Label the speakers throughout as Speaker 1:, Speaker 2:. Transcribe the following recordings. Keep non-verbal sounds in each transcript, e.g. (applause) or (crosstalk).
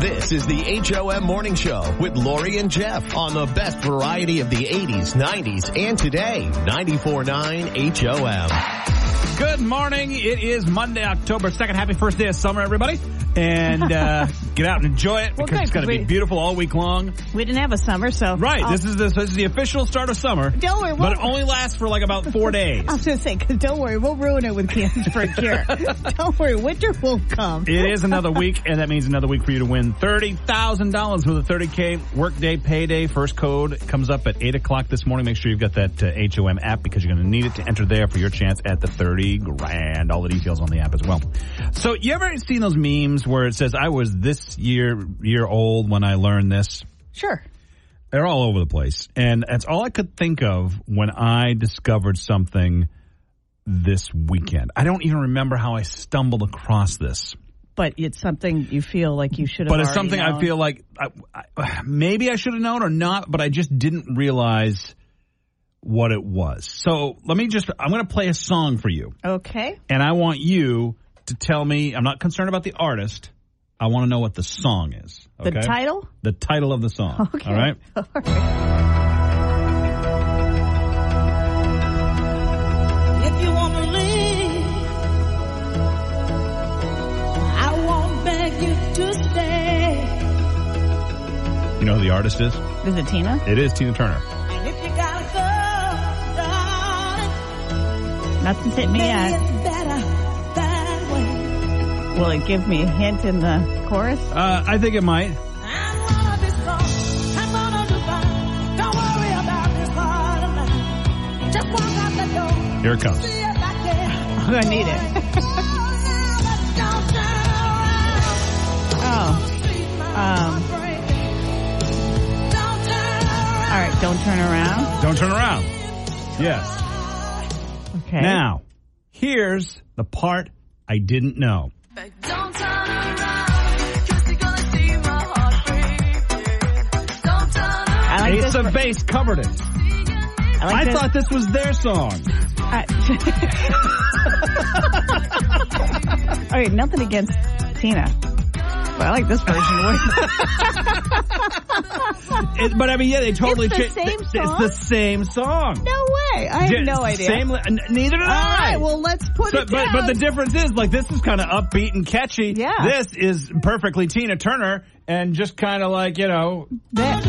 Speaker 1: This is the HOM Morning Show with Lori and Jeff on the best variety of the 80s, 90s, and today, 94.9 HOM.
Speaker 2: Good morning. It is Monday, October 2nd. Happy first day of summer, everybody. And
Speaker 3: (laughs)
Speaker 2: uh, get out and enjoy it because
Speaker 3: good,
Speaker 2: it's going to be
Speaker 3: we-
Speaker 2: beautiful all week long.
Speaker 3: We didn't have a summer, so
Speaker 2: Right.
Speaker 3: I'll-
Speaker 2: This
Speaker 3: (laughs)
Speaker 2: is the, this is the official start of summer.
Speaker 3: Don't worry,
Speaker 2: But
Speaker 3: we'll-
Speaker 2: it only lasts for like about
Speaker 3: (laughs)
Speaker 2: four days.
Speaker 3: I was just saying, cause don't worry, we'll ruin it with cans for a cure.
Speaker 2: (laughs)
Speaker 3: don't worry, winter will come.
Speaker 2: It is another week, and that means another week for you to win $30,000 with a 30K workday payday. First code comes up at 8 o'clock this morning. Make sure you've got that uh, HOM app because you're going to need it to enter there for your chance at the 30 grand. All the details on the app as well. So you ever seen those memes where it says, I was this year, year old when I learned this?
Speaker 3: Sure.
Speaker 2: They're all over the place. And that's all I could think of when I discovered something this weekend. I don't even remember how I stumbled across this
Speaker 3: But it's something you feel like you should have
Speaker 2: but it's
Speaker 3: already
Speaker 2: something I
Speaker 3: known.
Speaker 2: feel like I, I, maybe I should have known or not, but I just didn't realize what it was. So let me just, I'm going to play a song for you,
Speaker 3: Okay.
Speaker 2: and I want you to tell me. I'm not concerned about the artist. I want to know what the song is.
Speaker 3: The
Speaker 2: okay?
Speaker 3: title?
Speaker 2: The title of the song.
Speaker 3: (laughs) Okay.
Speaker 2: All right.
Speaker 4: If you want to leave, I won't beg you to stay.
Speaker 2: You know who the artist is?
Speaker 3: Is it Tina?
Speaker 2: It is Tina Turner.
Speaker 4: And if you gotta go, darling,
Speaker 3: Nothing's hit me
Speaker 4: maybe
Speaker 3: yet.
Speaker 4: it's better that way.
Speaker 3: Will it give me a hint in the chorus?
Speaker 2: Uh, I think it might.
Speaker 4: I'm gonna be strong. I'm gonna do fine. Don't worry about this heart of mine. Just walk out the door.
Speaker 2: Here it comes.
Speaker 4: See if I can.
Speaker 3: I'm gonna need it. Oh. Um. All right. Don't turn around.
Speaker 2: Don't turn around. Yes.
Speaker 3: Okay.
Speaker 2: Now, here's the part I didn't know.
Speaker 5: Don't turn around, cause you're gonna see my heart breaking. Don't turn around.
Speaker 3: I like
Speaker 2: Ace
Speaker 3: this.
Speaker 2: of Base covered it.
Speaker 3: I, like
Speaker 2: I
Speaker 3: this-
Speaker 2: thought this was their song.
Speaker 3: I- (laughs) All right. Nothing against Tina. But I like this version.
Speaker 2: (laughs)
Speaker 3: way-
Speaker 2: It- but I mean, yeah, they totally
Speaker 3: It's the
Speaker 2: cha-
Speaker 3: same
Speaker 2: th-
Speaker 3: song?
Speaker 2: It's the same song.
Speaker 3: No way. I have
Speaker 2: Di-
Speaker 3: no idea.
Speaker 2: Same. li- n- neither did
Speaker 3: All
Speaker 2: I.
Speaker 3: right. Well, let's put
Speaker 2: So-
Speaker 3: it
Speaker 2: but
Speaker 3: down.
Speaker 2: but the difference is like this is kind of upbeat and catchy.
Speaker 3: Yeah.
Speaker 2: This is perfectly Tina Turner and just kind of like you know
Speaker 3: That-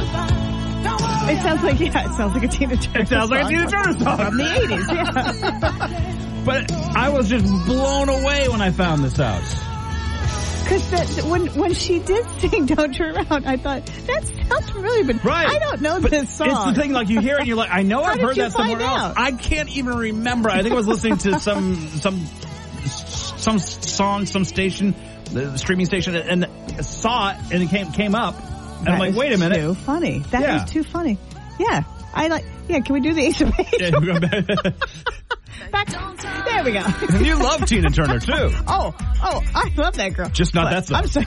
Speaker 4: Don't worry
Speaker 3: it sounds like yeah. It sounds like a Tina Turner.
Speaker 2: it sounds like a
Speaker 3: song.
Speaker 2: Tina Turner song
Speaker 3: From the 80s, yeah.
Speaker 2: But I was just blown away when I found this out.
Speaker 3: Because when when she did sing "Don't Turn Around," I thought that sounds familiar, but
Speaker 2: Right.
Speaker 3: I don't know
Speaker 2: But
Speaker 3: this song.
Speaker 2: It's the thing, like you hear it and you're like, I
Speaker 3: (laughs)
Speaker 2: know I've
Speaker 3: did
Speaker 2: heard
Speaker 3: you
Speaker 2: that somewhere
Speaker 3: find
Speaker 2: else.
Speaker 3: out?
Speaker 2: I can't even remember. I think I was listening to some, some, some song, some station, the streaming station and saw it and it came, came up. And
Speaker 3: That
Speaker 2: I'm like,
Speaker 3: is
Speaker 2: wait a minute. (laughs)
Speaker 3: Too funny. That is
Speaker 2: Yeah.
Speaker 3: too funny. Yeah, I like. Yeah, can we do the Ace of Base? Back. There we go.
Speaker 2: and you love Tina Turner too.
Speaker 3: Oh, oh, I love that girl.
Speaker 2: Just not
Speaker 3: But
Speaker 2: that song.
Speaker 3: I'm sorry.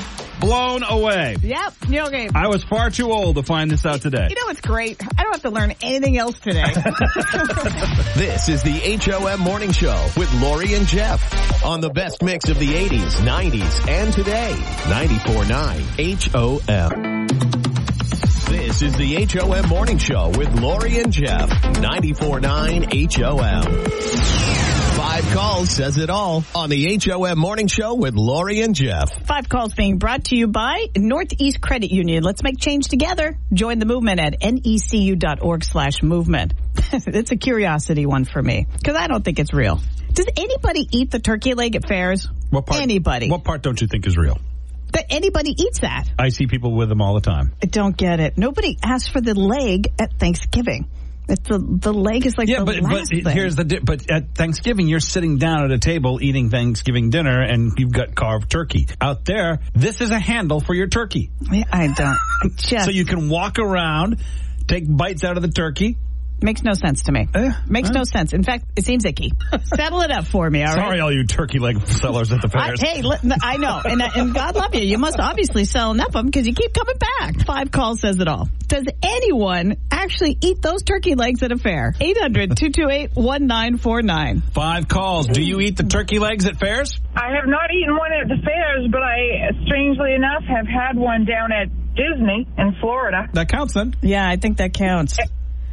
Speaker 2: (laughs)
Speaker 3: No.
Speaker 2: Blown away.
Speaker 3: yep. No game.
Speaker 2: I was far too old to find this out today.
Speaker 3: You know what's great? I don't have to learn anything else today.
Speaker 2: (laughs)
Speaker 1: This is the HOM Morning Show with Lori and Jeff on the best mix of the 80s, 90s, and today, 94.9 HOM. This is the HOM Morning Show with Lori and Jeff, 94.9 HOM. Five calls says it all on the HOM Morning Show with Lori and Jeff.
Speaker 3: Five calls being brought to you by Northeast Credit Union. Let's make change together. Join the movement at E necu.org slash movement. (laughs) it's a curiosity one for me because I don't think it's real. Does anybody eat the turkey leg at fairs?
Speaker 2: What part?
Speaker 3: Anybody.
Speaker 2: What part don't you think is real?
Speaker 3: That anybody eats that?
Speaker 2: I see people with them all the time.
Speaker 3: I don't get it. Nobody asks for the leg at Thanksgiving. It's the, the leg is like
Speaker 2: Yeah,
Speaker 3: the
Speaker 2: but
Speaker 3: last
Speaker 2: but
Speaker 3: thing.
Speaker 2: here's the di- but at Thanksgiving you're sitting down at a table eating Thanksgiving dinner and you've got carved turkey out there. This is a handle for your turkey, (laughs)
Speaker 3: I don't. I just,
Speaker 2: so you can walk around, take bites out of the turkey,
Speaker 3: Makes no sense to me.
Speaker 2: Eh,
Speaker 3: Makes no sense. In fact, it
Speaker 2: (laughs)
Speaker 3: seems icky. Settle it up for me, all right?
Speaker 2: Sorry, all you turkey leg sellers at the
Speaker 3: (laughs) I,
Speaker 2: fairs.
Speaker 3: hey, li- I know, and, uh, and God love you. You must obviously sell enough of them because you keep coming back. Five calls says it all. Does anyone actually eat those turkey legs at a fair? 800-228-1949.
Speaker 2: Five calls. Do you eat the turkey legs at fairs?
Speaker 6: I have not eaten one at the fairs, but I, strangely enough, have had one down at Disney in Florida.
Speaker 2: That counts then.
Speaker 3: Yeah, I think that counts.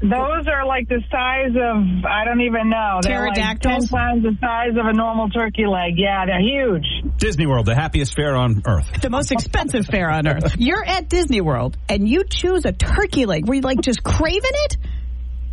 Speaker 6: Those are like the size of, I don't even know. They're like 10
Speaker 3: Pterodactyls?
Speaker 6: times the size of a normal turkey leg. Yeah, they're huge.
Speaker 2: Disney World, the happiest fair on earth. (laughs)
Speaker 3: The most expensive fair on earth. You're at Disney World and you choose a turkey leg. Were you like just craving it?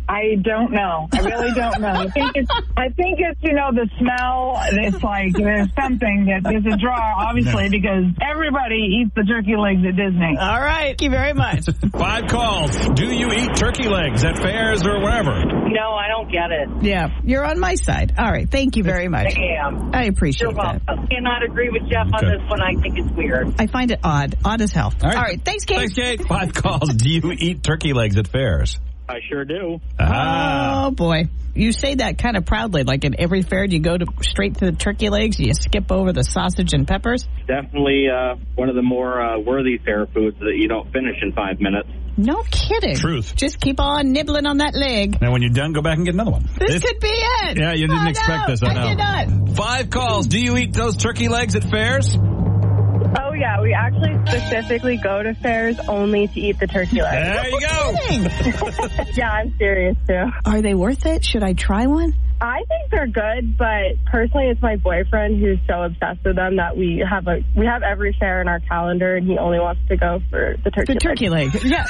Speaker 6: I don't know. I really don't know. I think it's, I think it's you know, the smell. It's like there's something that there's a draw, obviously, because everybody eats the turkey legs at Disney.
Speaker 3: All right. Thank you very much.
Speaker 2: Five calls. Do you eat turkey legs at fairs or wherever?
Speaker 6: No, I don't get it.
Speaker 3: Yeah, you're on my side. All right. Thank you very much.
Speaker 6: Yeah.
Speaker 3: I appreciate that.
Speaker 6: I cannot agree with Jeff
Speaker 2: Okay. this
Speaker 6: one. I think it's weird.
Speaker 3: I find it odd. Odd as hell. All right. Thanks, Kate.
Speaker 2: Thanks, Kate. Five calls. Do you eat turkey legs at fairs?
Speaker 7: I sure do.
Speaker 2: Ah.
Speaker 3: Oh boy. You say that kind of proudly, like at every fair, do you go to straight to the turkey legs? Do you skip over the sausage and peppers?
Speaker 7: It's definitely uh, one of the more uh, worthy fair foods that you don't finish in five minutes.
Speaker 3: No kidding.
Speaker 2: Truth.
Speaker 3: Just keep on nibbling on that leg.
Speaker 2: Now, when you're done, go back and get another one.
Speaker 3: This, could be it.
Speaker 2: Yeah, you didn't
Speaker 3: Oh,
Speaker 2: expect
Speaker 3: no,
Speaker 2: this, I know.
Speaker 3: did not.
Speaker 2: Five calls. Do you eat those turkey legs at fairs?
Speaker 8: Oh yeah, we actually specifically go to fairs only to eat the turkey leg.
Speaker 2: There you go.
Speaker 3: Dang.
Speaker 8: (laughs) Yeah, I'm serious too.
Speaker 3: Are they worth it? Should I try one?
Speaker 8: I think they're good, but personally, it's my boyfriend who's so obsessed with them that we have a we have every fair in our calendar, and he only wants to go for the turkey.
Speaker 3: The turkey (laughs) leg. Yeah.
Speaker 8: Leg.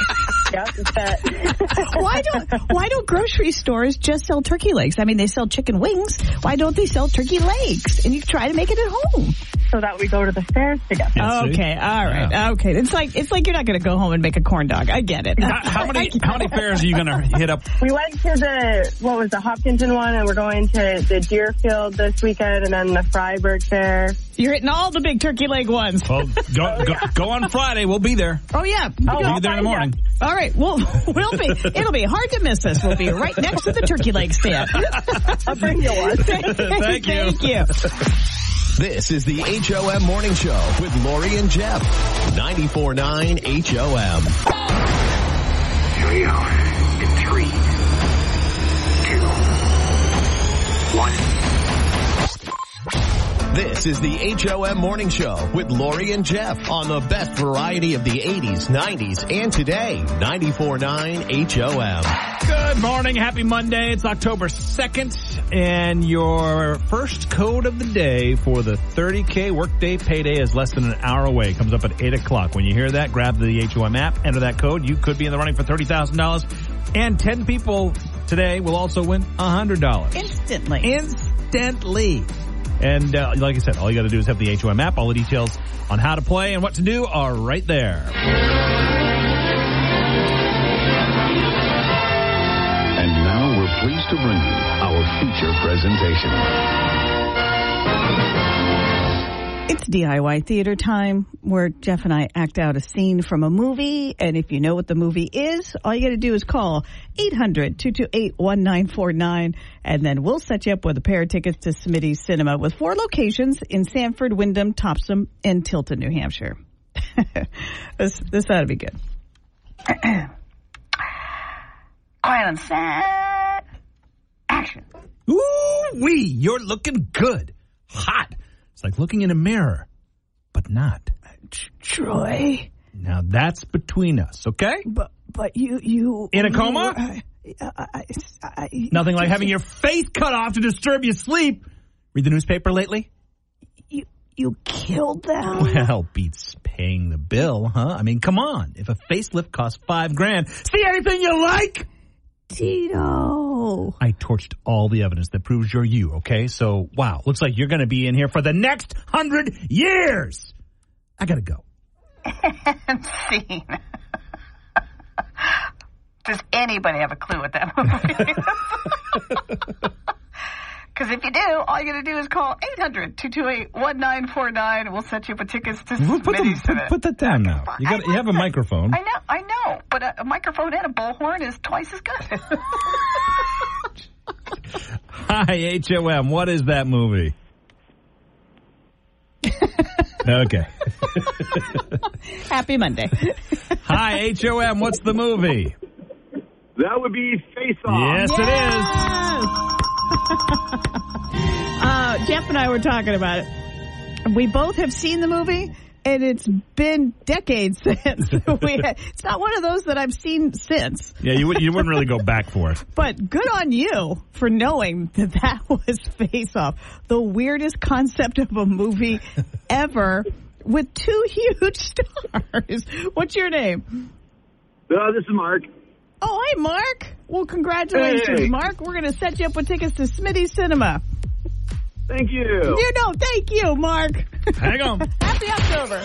Speaker 8: Yep, it's that.
Speaker 3: why don't why don't grocery stores just sell turkey legs? I mean, they sell chicken wings. Why don't they sell turkey legs? And you try to make it at home.
Speaker 8: so that we go to the fairs together.
Speaker 2: Yeah, see?
Speaker 3: okay, all right, okay. It's like it's like you're not going to go home and make a corn dog. I get it.
Speaker 2: How, how many how many fairs are you gonna hit up?
Speaker 8: We went to the what was the Hopkinton one, and we're going to the Deerfield this weekend, and then the Freiburg Fair.
Speaker 3: You're hitting all the big turkey leg ones.
Speaker 2: Well, go, go, go on Friday. Well be there.
Speaker 3: Oh yeah.
Speaker 2: We'll be there in the morning.
Speaker 3: All right. Well, (laughs) we'll be. It'll be hard to miss us. We'll be right next to the turkey leg stand. (laughs) I'll bring you one.
Speaker 2: Thank you.
Speaker 3: (laughs) Thank you.
Speaker 1: This is the HOM Morning Show with Lori and Jeff. 94.9 HOM.
Speaker 9: Here we go. In three, two, one.
Speaker 1: This is the HOM Morning Show with Lori and Jeff on the best variety of the 80s, 90s, and today. 94.9 HOM.
Speaker 2: Good morning. Happy Monday. It's October 2nd, and your first code of the day for the 30K workday payday is less than an hour away. It comes up at 8 o'clock. When you hear that, grab the HOM app, enter that code. You could be in the running for $30,000, and 10 people today will also win $100.
Speaker 3: Instantly.
Speaker 2: Instantly. And uh, like I said, all you got to do is have the HOM app. All the details on how to play and what to do are right there.
Speaker 10: And now we're pleased to bring you our feature presentation.
Speaker 3: It's DIY theater time where Jeff and I act out a scene from a movie. And if you know what the movie is, all you got to do is call 800 228 1949. And then we'll set you up with a pair of tickets to Smitty's Cinema with four locations in Sanford, Wyndham, Topsom, and Tilton, New Hampshire. (laughs) this, this ought to be good.
Speaker 11: Quiet on set. Action.
Speaker 2: Ooh wee, you're looking good. Hot. It's like looking in a mirror, but not.
Speaker 3: Troy,
Speaker 2: Now that's between us, okay?
Speaker 3: but, but you, you. uh,
Speaker 2: In a coma? Nothing like having your face cut off to disturb your sleep. Read the newspaper lately?
Speaker 3: You, you killed them.
Speaker 2: (laughs) Well, beats paying the bill, huh? I mean, come on. If a facelift costs five grand, see anything you like?
Speaker 3: Tito.
Speaker 2: I torched all the evidence that proves you're you, okay? So, wow, looks like you're gonna be in here for the next hundred years. I gotta go.
Speaker 11: Scene. Does anybody have a clue what that movie is? Because
Speaker 12: Because if you do, all you got to do is call 800 228 1949. We'll set you up with tickets to
Speaker 13: Put, the,
Speaker 12: Smitty's
Speaker 13: put,
Speaker 12: tonight.
Speaker 13: put that down now. You got you have a microphone.
Speaker 12: I know, I know, but a, a microphone and a bullhorn is twice as good.
Speaker 2: Hi, HOM. What is that movie? okay.
Speaker 12: (laughs)
Speaker 3: Happy Monday.
Speaker 2: Hi, HOM. What's the movie?
Speaker 6: That would be Face
Speaker 2: Yes, it is.
Speaker 12: (laughs)
Speaker 3: uh, Jeff and I were talking about it. We both have seen the movie, and it's been decades (laughs) since we. Had, it's not one of those that I've seen since.
Speaker 2: Yeah, you, would- you wouldn't really go back for it.
Speaker 3: But good on you for knowing that that (laughs) was Face Off, the weirdest concept of a movie ever, with two huge (laughs) stars. What's your name?
Speaker 6: Uh, this is Mark.
Speaker 3: Oh, hi, Mark. Well, congratulations,
Speaker 6: Hey.
Speaker 3: Mark. We're going to set you up with tickets to Smithy Cinema.
Speaker 6: Thank you.
Speaker 3: You know, thank you, Mark. (laughs)
Speaker 2: Hang on.
Speaker 3: Happy October.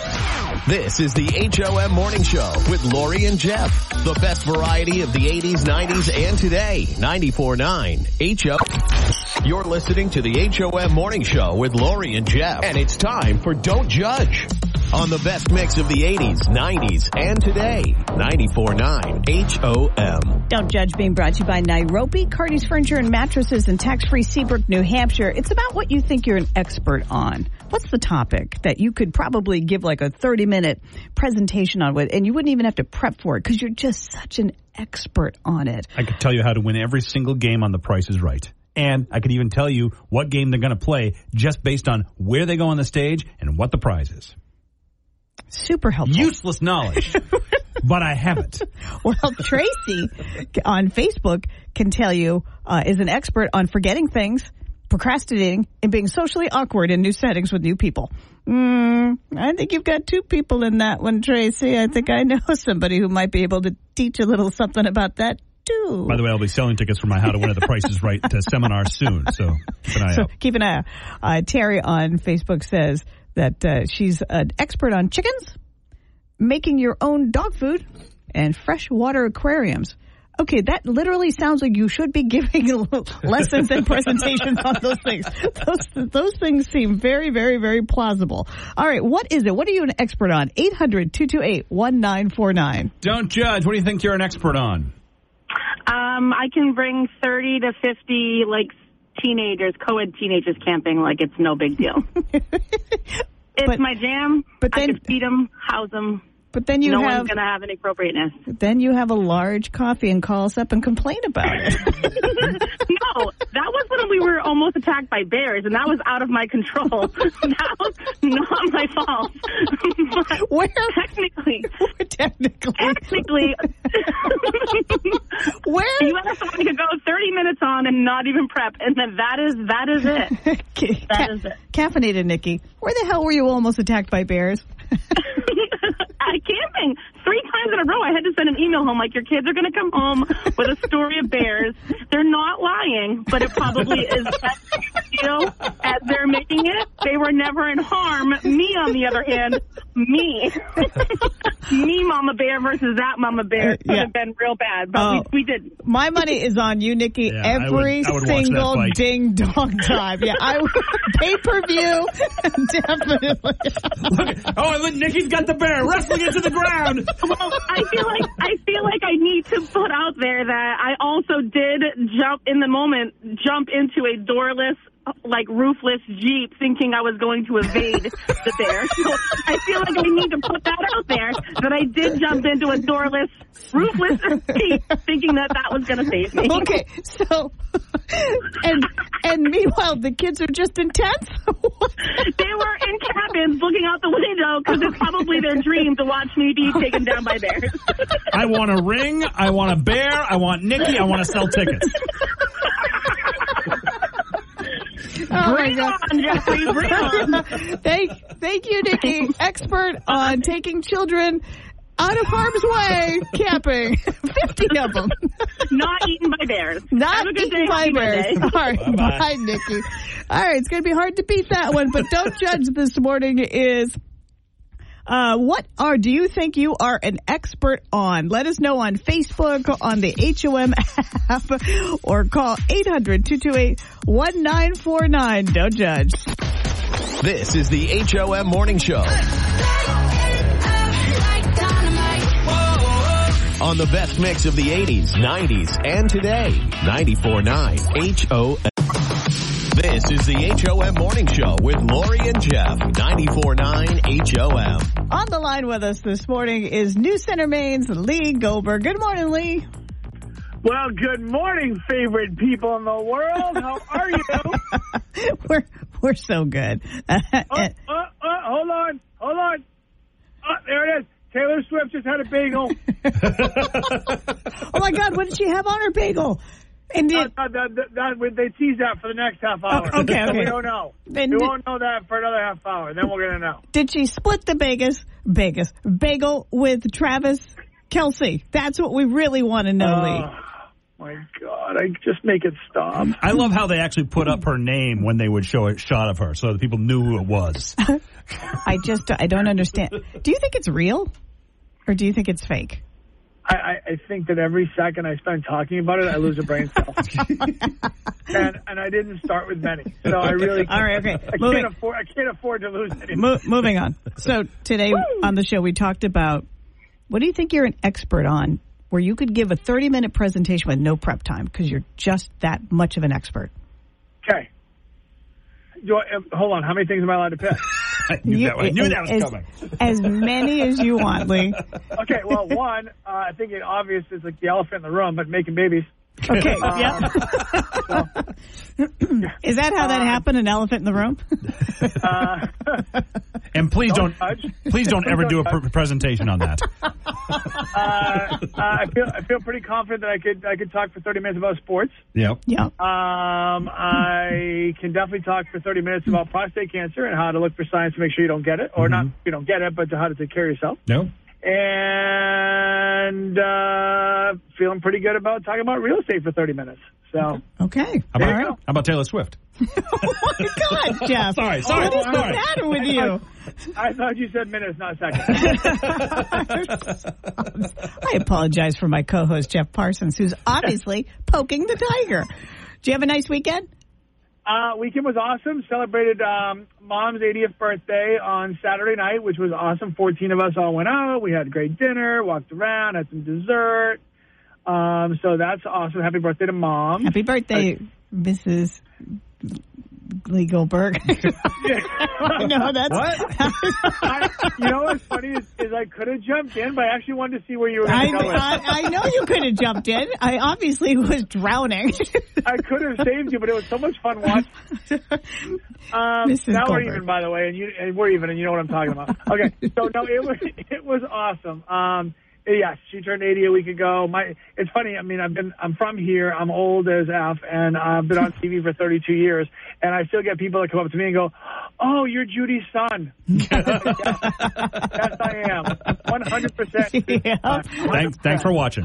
Speaker 1: This is the HOM Morning Show with Lori and Jeff. The best variety of the 80s, 90s, and today. 94.9 HO. You're listening to the HOM Morning Show with Lori and Jeff. And it's time for Don't Judge. On the best mix of the 80s, 90s, and today. 94.9 HOM.
Speaker 3: Don't Judge being brought to you by Nairobi, Cardi's Furniture and Mattresses in tax-free Seabrook, New Hampshire. It's about what you think you're an expert on. What's the topic that you could probably give like a 30-minute presentation on with, and you wouldn't even have to prep for it because you're just such an expert on it.
Speaker 2: I could tell you how to win every single game on The Price is Right. And I could even tell you what game they're going to play just based on where they go on the stage and what the prize is.
Speaker 3: Super helpful.
Speaker 2: Useless knowledge. (laughs) but I have it.
Speaker 3: Well, Tracy on Facebook can tell you uh, is an expert on forgetting things, procrastinating, and being socially awkward in new settings with new people. Mm, I think you've got two people in that one, Tracy. I think I know (laughs) somebody who might be able to teach a little something about that too.
Speaker 2: By the way, I'll be selling tickets for my How to Win at the Price is Right uh, seminar soon. So keep an eye
Speaker 3: so
Speaker 2: out.
Speaker 3: keep an eye. out. Uh, Terry on Facebook says that uh, she's an expert on chickens, making your own dog food, and freshwater aquariums. Okay, that literally sounds like you should be (laughs) giving lessons and presentations on those things. Those those things seem very, very, very plausible. All right, what is it? What are you an expert on? 800-228-1949.
Speaker 2: Don't judge. What do you think you're an expert on?
Speaker 8: Um, I can bring 30 to 50, like, teenagers, co-ed teenagers camping like it's no big (laughs) deal. it's my jam. But then, I can feed them, house them.
Speaker 3: But then you
Speaker 8: no
Speaker 3: have-
Speaker 8: one's going to have any appropriateness. (laughs)
Speaker 3: Then you have a large coffee and call us up and complain about it. (laughs)
Speaker 8: no, that was when we were almost attacked by bears, and that was out of my control. (laughs) that was not my fault. (laughs) But
Speaker 3: Where?
Speaker 8: Technically.
Speaker 3: technically.
Speaker 8: Technically. (laughs)
Speaker 3: Where?
Speaker 8: You asked someone to go 30 minutes on and not even prep, and then that is, that is it.
Speaker 3: (laughs) Ca- Caffeinated Nikki. Where the hell were you almost attacked by bears? (laughs)
Speaker 8: (laughs) at camping three times in a row. I had to send an email home like, your kids are going to come home with a story of bears. They're not lying, but it probably is. You know, as they're making it, they were never in harm. Me, on the other hand, me, (laughs) me, Mama Bear versus that Mama Bear could
Speaker 3: Uh, yeah.
Speaker 8: have been real bad, but
Speaker 3: Oh.
Speaker 8: we, we didn't.
Speaker 3: My money is on you, Nikki,
Speaker 8: Yeah, I would-
Speaker 3: every
Speaker 8: I would watch that
Speaker 3: single
Speaker 8: fight.
Speaker 3: ding
Speaker 8: (laughs)
Speaker 3: dong time. Yeah, I would (laughs) pay per view. (laughs)
Speaker 8: (laughs)
Speaker 3: Definitely.
Speaker 2: Oh, and look, Nikki's got the bear wrestling it to the ground.
Speaker 8: well, I feel like I feel like I need to put out there that I also did jump in the moment, jump into a doorless, like roofless Jeep, thinking I was going to evade the bear. (laughs) So I feel like I need to put that out there that I did jump into a doorless, roofless Jeep, thinking that that was going to save me.
Speaker 3: Okay, so (laughs) and and meanwhile the kids are just intense. (laughs)
Speaker 8: they were in cabins looking out the window because it's probably their dream to watch me be taken down by bears.
Speaker 2: I want a ring. I want a bear. I want Nikki. I want to sell tickets.
Speaker 3: Bring
Speaker 8: on, Jeffrey, bring on.
Speaker 3: Oh (laughs) thank, thank you, Nikki, expert on taking children out of harm's way (laughs) camping. 50 of them.
Speaker 8: Not eaten by bears.
Speaker 3: Not
Speaker 8: Have a good
Speaker 3: eating
Speaker 8: day, happy
Speaker 3: fibers.
Speaker 8: Monday.
Speaker 3: (laughs) All right, bye,
Speaker 8: Bye-bye.
Speaker 3: Nikki. All right, it's going to be hard to beat that one, but don't judge this morning is Uh, what are do you think you are an expert on? Let us know on Facebook, on the HOM app, or call 800-228-1949. Don't judge.
Speaker 1: This is the HOM Morning Show. On the best mix of the 80s, 90s, and today, 94.9 HOM. This is the HOM Morning Show with Lori and Jeff, 94.9 HOM.
Speaker 3: On the line with us this morning is New Center Maine's Lee Goldberg. Good morning, Lee. (laughs)
Speaker 6: Well, good morning, favorite people in the world. How are you?
Speaker 3: We're we're so good. (laughs)
Speaker 6: Uh, uh, uh, hold on, hold on. Uh, there it is. Taylor Swift just had a bagel.
Speaker 3: oh my God, what did she have on her bagel? And did,
Speaker 6: Uh, that, that, that- they tease that for the next half hour.
Speaker 3: Oh, okay, okay.
Speaker 6: (laughs) We don't know.
Speaker 3: Then
Speaker 6: we
Speaker 3: did-
Speaker 6: won't know that for another half hour. Then we're gonna know.
Speaker 3: did she split the Vegas Vegas bagel with Travis Kelsey? That's what we really want to
Speaker 6: Uh.
Speaker 3: know, Lee.
Speaker 6: My God, I just make it stop.
Speaker 2: I love how they actually put up her name when they would show a shot of her, so that people knew who it was.
Speaker 3: I just I don't understand. Do you think it's real, or do you think it's fake?
Speaker 6: I, I, I think that every second I spend talking about it, I lose a brain cell. and, and I didn't start with many, so I really
Speaker 3: All right, okay.
Speaker 6: (laughs) I
Speaker 3: (laughs) Moving.
Speaker 6: can't afford I can't afford to lose any.
Speaker 3: Mo- moving on. So today on the show we talked about what do you think you're an expert on, where you could give a 30 minute presentation with no prep time because you're just that much of an expert.
Speaker 6: Okay. Do I, um, hold on. How many things am I allowed to pick?
Speaker 2: I knew, that, I knew that was
Speaker 3: as,
Speaker 2: coming.
Speaker 3: As many as you want, Lee.
Speaker 6: okay. Well, one, uh, I think it obvious is like the elephant in the room, but making babies.
Speaker 2: (laughs)
Speaker 3: Okay.
Speaker 6: Um,
Speaker 3: Is that how
Speaker 2: Um,
Speaker 3: that happened? An elephant in the room?
Speaker 6: uh,
Speaker 2: And please don't,
Speaker 6: judge.
Speaker 2: please don't ever do a pr- presentation on that.
Speaker 6: uh, I feel I feel pretty confident that I could I could talk for thirty minutes about sports.
Speaker 2: Yep.
Speaker 3: yeah.
Speaker 6: Um, I can definitely talk for 30 minutes about prostate cancer and how to look for signs to make sure you don't get it, or not you don't get it, but to how to take care of yourself.
Speaker 2: No.
Speaker 6: And uh, feeling pretty good about talking about real estate for 30 minutes. So
Speaker 3: Okay.
Speaker 2: How about,
Speaker 3: All right.
Speaker 2: how about Taylor Swift?
Speaker 3: My God, Jeff.
Speaker 2: Sorry, sorry,
Speaker 3: What is
Speaker 2: sorry.
Speaker 3: the matter with you?
Speaker 6: I thought you said minutes, not
Speaker 3: (laughs)
Speaker 6: seconds.
Speaker 3: I apologize for my co host, Jeff Parsons,
Speaker 6: (laughs)
Speaker 3: who's obviously poking the tiger. Do you have a nice weekend?
Speaker 6: uh, weekend was awesome. Celebrated um, mom's 80th birthday on Saturday night, which was awesome. 14 of us all went out. We had a great dinner, walked around, had some dessert. Um, so that's awesome. Happy birthday to mom.
Speaker 3: Happy birthday, Mrs. Lee Goldberg. (laughs) no, that's.
Speaker 6: I, you know what's funny is, is I could have jumped in, but I actually wanted to see where you were
Speaker 3: I,
Speaker 6: going to go with. it.
Speaker 3: I, I know you could have jumped in. I obviously was drowning. (laughs)
Speaker 6: I could have saved you, but it was so much fun watching. Um,
Speaker 3: Mrs.
Speaker 6: now
Speaker 3: Goldberg.
Speaker 6: we're even, by the way, and, you, and we're even, and you know what I'm
Speaker 3: (laughs)
Speaker 6: talking about. Okay, so no, it was it was awesome. Um, yes, she turned 80 a week ago. My, it's funny. I mean, I've been I'm from here. I'm old as f, and I've been on TV for 32 years, and I still get people that come up to me and go, "Oh, you're Judy's son." yes, yes, I am. 100. percent
Speaker 3: (laughs) yeah.
Speaker 2: Thanks, thanks for watching.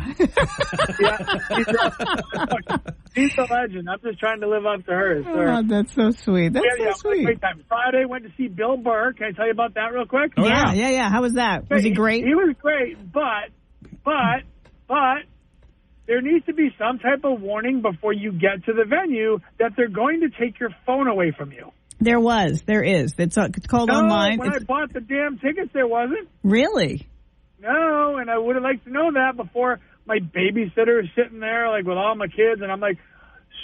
Speaker 6: yeah, she's a, she's a legend. I'm just trying to live up to hers.
Speaker 3: Oh,
Speaker 6: Or,
Speaker 3: that's so sweet. That's
Speaker 6: yeah, yeah,
Speaker 3: so sweet.
Speaker 6: Great time. Friday went to see Bill Burr. Can I tell you about that real quick?
Speaker 2: Oh,
Speaker 3: Yeah,
Speaker 2: yeah.
Speaker 3: yeah, yeah. How was that? Was he great?
Speaker 6: He, was great, but but but there needs to be some type of warning before you get to the venue that they're going to take your phone away from you.
Speaker 3: There was. There is. It's, uh, it's called online.
Speaker 6: No, when I
Speaker 3: It's-
Speaker 6: bought the damn tickets, there wasn't.
Speaker 3: really?
Speaker 6: No, and I would have liked to know that before my babysitter is sitting there like with all my kids, and I'm like,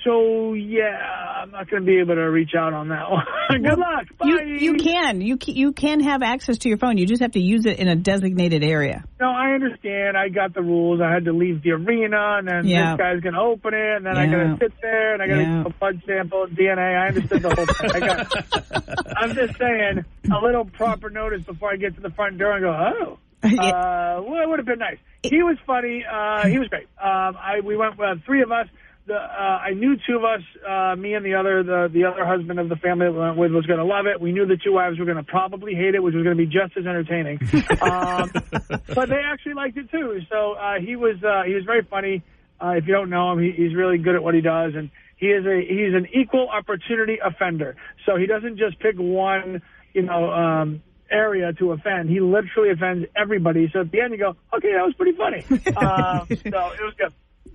Speaker 6: so yeah, I'm not going to be able to reach out on that (laughs) one. Good luck. Bye.
Speaker 3: You you can you ca- you can have access to your phone. You just have to use it in a designated area. (laughs)
Speaker 6: No, I understand. I got the rules. I had to leave the arena, and then
Speaker 3: Yeah.
Speaker 6: this guy's going to open it, and then I
Speaker 3: Yeah.
Speaker 6: got to sit there, and I got to
Speaker 3: Yeah.
Speaker 6: get a blood sample, DNA. I understood the whole thing.
Speaker 3: (laughs)
Speaker 6: I got, I'm just saying, a little proper notice before I get to the front door and go, oh. Uh, well, it would have been nice. He was funny. Uh, he was great. Um, I we went uh, three of us. The uh, I knew two of us, uh, me and the other the the other husband of the family that we went with was going to love it. We knew the two wives were going to probably hate it, which was going to be just as entertaining. um, but they actually liked it too. So uh, he was uh, he was very funny. Uh, if you don't know him, he, he's really good at what he does, and he is a he's an equal opportunity offender. So he doesn't just pick one, you know, um, area to offend. He literally offends everybody. So at the end, you go, okay, that was pretty funny. uh, so it was good.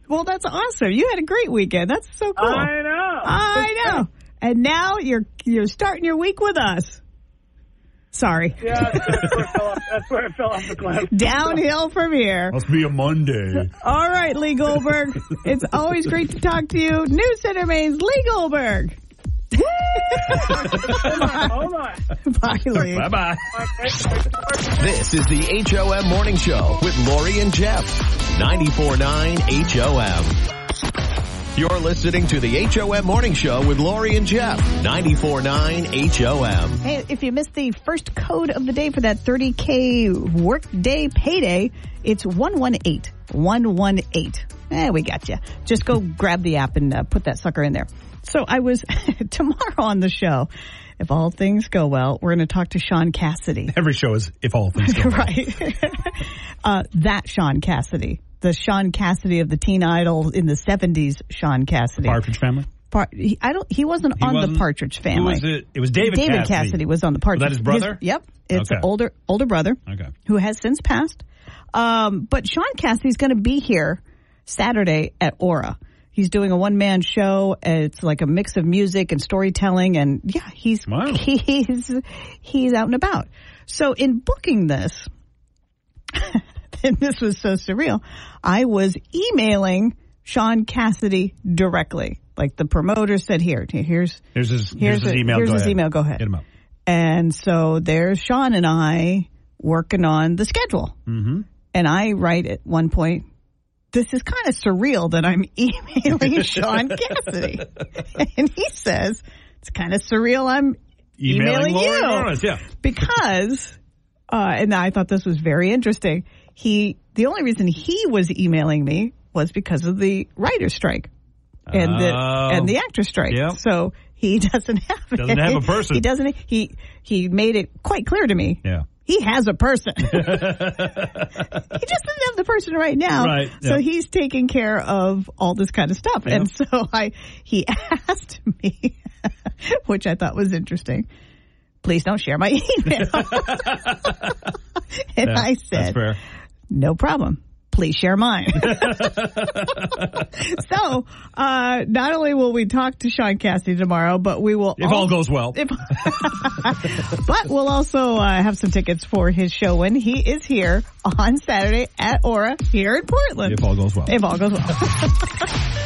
Speaker 3: Well, that's awesome. You had a great weekend. That's so cool.
Speaker 6: I know.
Speaker 3: I
Speaker 6: (laughs)
Speaker 3: know. And now you're you're starting your week with us. Sorry.
Speaker 6: Yeah, that's where it fell off, that's where it fell off
Speaker 3: (laughs)
Speaker 6: the cliff.
Speaker 3: Downhill from here.
Speaker 2: Must be a Monday.
Speaker 3: All right, Lee
Speaker 6: (laughs)
Speaker 3: Goldberg. it's always great to talk to you. New Center Maine's Lee Goldberg. (laughs)
Speaker 6: Hold on.
Speaker 3: Bye, Lee.
Speaker 2: Bye bye.
Speaker 1: This is the HOM Morning Show with Lori and Jeff. 94.9 HOM. You're listening to the HOM Morning Show with Lori and Jeff. 94.9 HOM.
Speaker 3: Hey, if you missed the first code of the day for that 30K workday payday, it's 118. 118. Eh, we got you. Just go grab the app and uh, put that sucker in there. So I was (laughs) tomorrow on the show. If all things go well, we're going to talk to Sean Cassidy. (laughs)
Speaker 2: Every show is if all things go (laughs) right.
Speaker 3: right? (laughs) uh, that Sean Cassidy, the Sean Cassidy of the Teen Idol in the '70s, Sean Cassidy.
Speaker 2: Partridge Family.
Speaker 3: Par- he, I don't. He wasn't
Speaker 2: He
Speaker 3: on
Speaker 2: wasn't?
Speaker 3: the Partridge
Speaker 2: Who
Speaker 3: Family.
Speaker 2: was it? It was David.
Speaker 3: David Cassidy. was on the Partridge.
Speaker 2: that his brother?
Speaker 3: yep, it's
Speaker 2: Okay.
Speaker 3: older older brother
Speaker 2: Okay.
Speaker 3: who has since passed. Um, but Sean Cassidy's going to be here Saturday at Aura. He's doing a one man show. Uh, It's like a mix of music and storytelling, and yeah, he's
Speaker 2: Wow.
Speaker 3: (laughs) he's he's out and about. So in booking this, (laughs) and this was so surreal, I was emailing Sean Cassidy directly. Like the promoter said, here, here's
Speaker 2: Here's his. Here's, his
Speaker 3: a-
Speaker 2: email.
Speaker 3: Here's
Speaker 2: go
Speaker 3: his
Speaker 2: ahead.
Speaker 3: email. Go ahead.
Speaker 2: Hit him up.
Speaker 3: And so there's Sean and I working on the schedule.
Speaker 2: Mm-hmm.
Speaker 3: And I write at one point, this is kind of surreal that I'm (laughs) emailing Sean Cassidy. And he says, it's kind of surreal I'm emailing,
Speaker 2: Lori
Speaker 3: you.
Speaker 2: Morris, Yeah.
Speaker 3: Because, uh, and I thought this was very interesting. He, the only reason he was emailing me was because of the writer's strike and the,
Speaker 2: Oh.
Speaker 3: and the actor's strike.
Speaker 2: Yep.
Speaker 3: So he (laughs) doesn't have,
Speaker 2: Doesn't have a
Speaker 3: any-
Speaker 2: person.
Speaker 3: He doesn't, he, he made it quite clear to me.
Speaker 2: Yeah.
Speaker 3: He has
Speaker 2: (laughs)
Speaker 3: a person. (laughs) he just doesn't have the person right now.
Speaker 2: Right,
Speaker 3: So
Speaker 2: yeah.
Speaker 3: he's taking care of all this kind of stuff. And so I he (laughs) asked me, (laughs) which I thought was interesting. Please don't share my (laughs) email. and
Speaker 2: Yeah,
Speaker 3: I
Speaker 2: That's
Speaker 3: said,
Speaker 2: fair.
Speaker 3: no problem. Please
Speaker 2: (laughs)
Speaker 3: share mine. so, uh, not only will we talk to Sean Cassidy tomorrow, but we will.
Speaker 2: If all
Speaker 3: also-
Speaker 2: goes well.
Speaker 3: "Oh, if, (laughs) but we'll also uh, have some tickets for his show when he is here on Saturday at Aura here in Portland.
Speaker 2: If all goes well.
Speaker 3: If all goes well.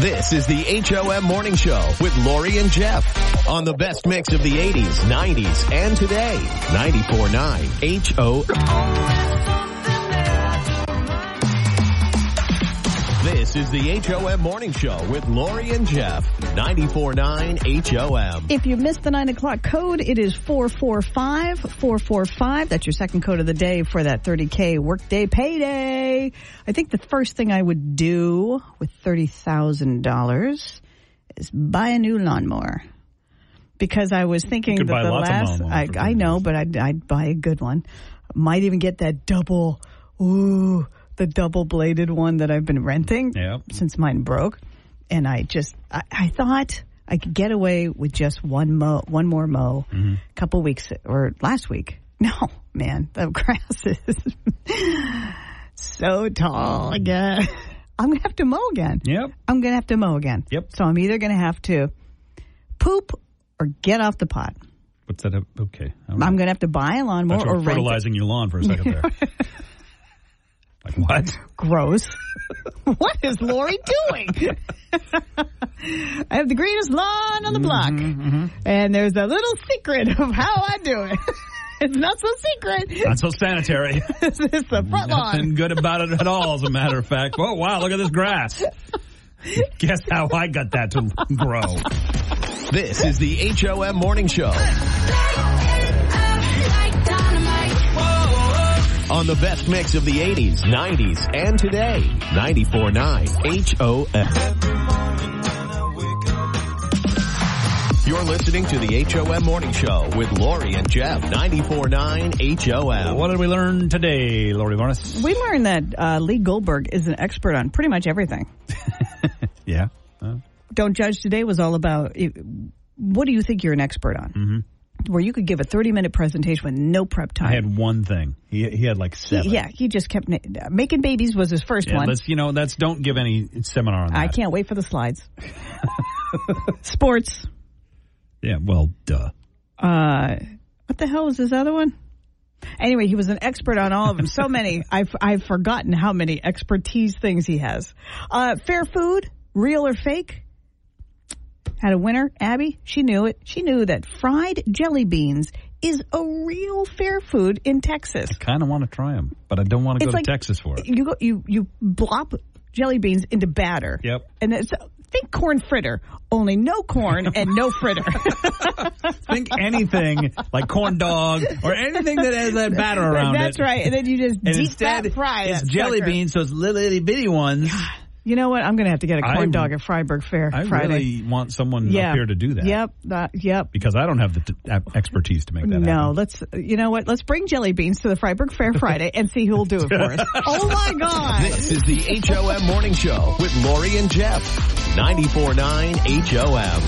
Speaker 1: This is the HOM Morning Show with Lori and Jeff on the best mix of the 80s, 90s, and today. 94.9 HOM. This is the HOM Morning Show with Lori and Jeff. 94.9 HOM.
Speaker 3: If you missed the 9 o'clock code, it is 445 445. That's your second code of the day for that 30K workday payday. I think the first thing I would do with $30,000 is buy a new lawnmower. Because I was thinking
Speaker 2: You could
Speaker 3: that
Speaker 2: buy
Speaker 3: the
Speaker 2: lots of
Speaker 3: last,
Speaker 2: lawnmowers
Speaker 3: I,
Speaker 2: for
Speaker 3: I know, but I'd, I'd buy a good one. Might even get that double, ooh, the double bladed one that I've been renting
Speaker 2: Yeah.
Speaker 3: since mine broke, and I just I, I thought I could get away with just one mow, one more mow, a couple weeks or last week. (laughs) No, man, the (laughs) grass is so tall again. (laughs) I'm gonna have to mow again.
Speaker 2: Yep.
Speaker 3: I'm gonna have to mow again.
Speaker 2: Yep.
Speaker 3: So I'm either gonna have to poop or get off the pot.
Speaker 2: What's that? Okay. I don't know.
Speaker 3: I'm gonna have to buy a
Speaker 2: That's
Speaker 3: lawnmower
Speaker 2: what
Speaker 3: or rent. it.
Speaker 2: fertilizing your lawn for a second
Speaker 3: (laughs)
Speaker 2: there. like what?
Speaker 3: Gross. (laughs) what is Lori doing? (laughs) I have the greenest lawn on the block. And there's a little secret of how I do it. (laughs) it's not so secret. (laughs)
Speaker 2: Not so sanitary. (laughs)
Speaker 3: it's the
Speaker 2: Nothing
Speaker 3: front lawn.
Speaker 2: good about it at all, as a matter of fact. Oh, wow, look at this grass. (laughs) Guess how I got that to grow.
Speaker 1: This is the HOM Morning Show on the best mix of the 80s, 90s, and today. 94.9 HOM. You're listening to the HOM Morning Show with Lori and Jeff. 94.9 HOM.
Speaker 2: What did we learn today, Lori Morris?
Speaker 3: We learned that uh, Lee Goldberg is an expert on pretty much everything.
Speaker 2: Yeah.
Speaker 3: Don't Judge Today was all about eh, what do you think you're an expert on? where you could give a 30 minute presentation with no prep
Speaker 2: I
Speaker 3: time.
Speaker 2: had one thing. He, he had like seven.
Speaker 3: He- yeah, he just kept na- making babies was his first
Speaker 2: Yeah,
Speaker 3: one.
Speaker 2: let's you know that's don't give any seminar on that.
Speaker 3: I can't wait for the slides. (laughs) Sports.
Speaker 2: Yeah, well, duh.
Speaker 3: Uh, what the hell was this other one? Anyway, he was an expert on all of them. So many, I've I've forgotten how many expertise things he has. Uh, fair food, real or fake. Had a winner, Abby. She knew it. She knew that fried jelly beans is a real fair food in Texas.
Speaker 2: Kind of want to try them, but I don't want to go to Texas for
Speaker 3: (laughs)
Speaker 2: it.
Speaker 3: You go, you you blop jelly beans into batter.
Speaker 2: Yep.
Speaker 3: And it's think corn fritter, only no corn and
Speaker 2: (laughs)
Speaker 3: no fritter.
Speaker 2: Think anything like corn dog or anything that has that batter around
Speaker 3: That's
Speaker 2: it.
Speaker 3: right. And then you just
Speaker 2: And
Speaker 3: deep
Speaker 2: instead,
Speaker 3: fat fry
Speaker 2: it's
Speaker 3: that
Speaker 2: jelly
Speaker 3: sucker.
Speaker 2: beans, so it's little itty bitty ones.
Speaker 3: You know what? I'm going to have to get a corn
Speaker 2: I-
Speaker 3: dog at Freiburg Fair
Speaker 2: I
Speaker 3: Friday.
Speaker 2: really want someone
Speaker 3: yeah.
Speaker 2: up here to do that.
Speaker 3: Yep. that- yep.
Speaker 2: Because I don't have the t- ap- expertise to make that happen.
Speaker 3: No, let's. You know what? Let's bring jelly beans to the Freiburg Fair Friday and see who will do it
Speaker 2: (laughs)
Speaker 3: for us. oh my God!
Speaker 1: This is the HOM Morning Show with Lori and Jeff. 94.9 HOM.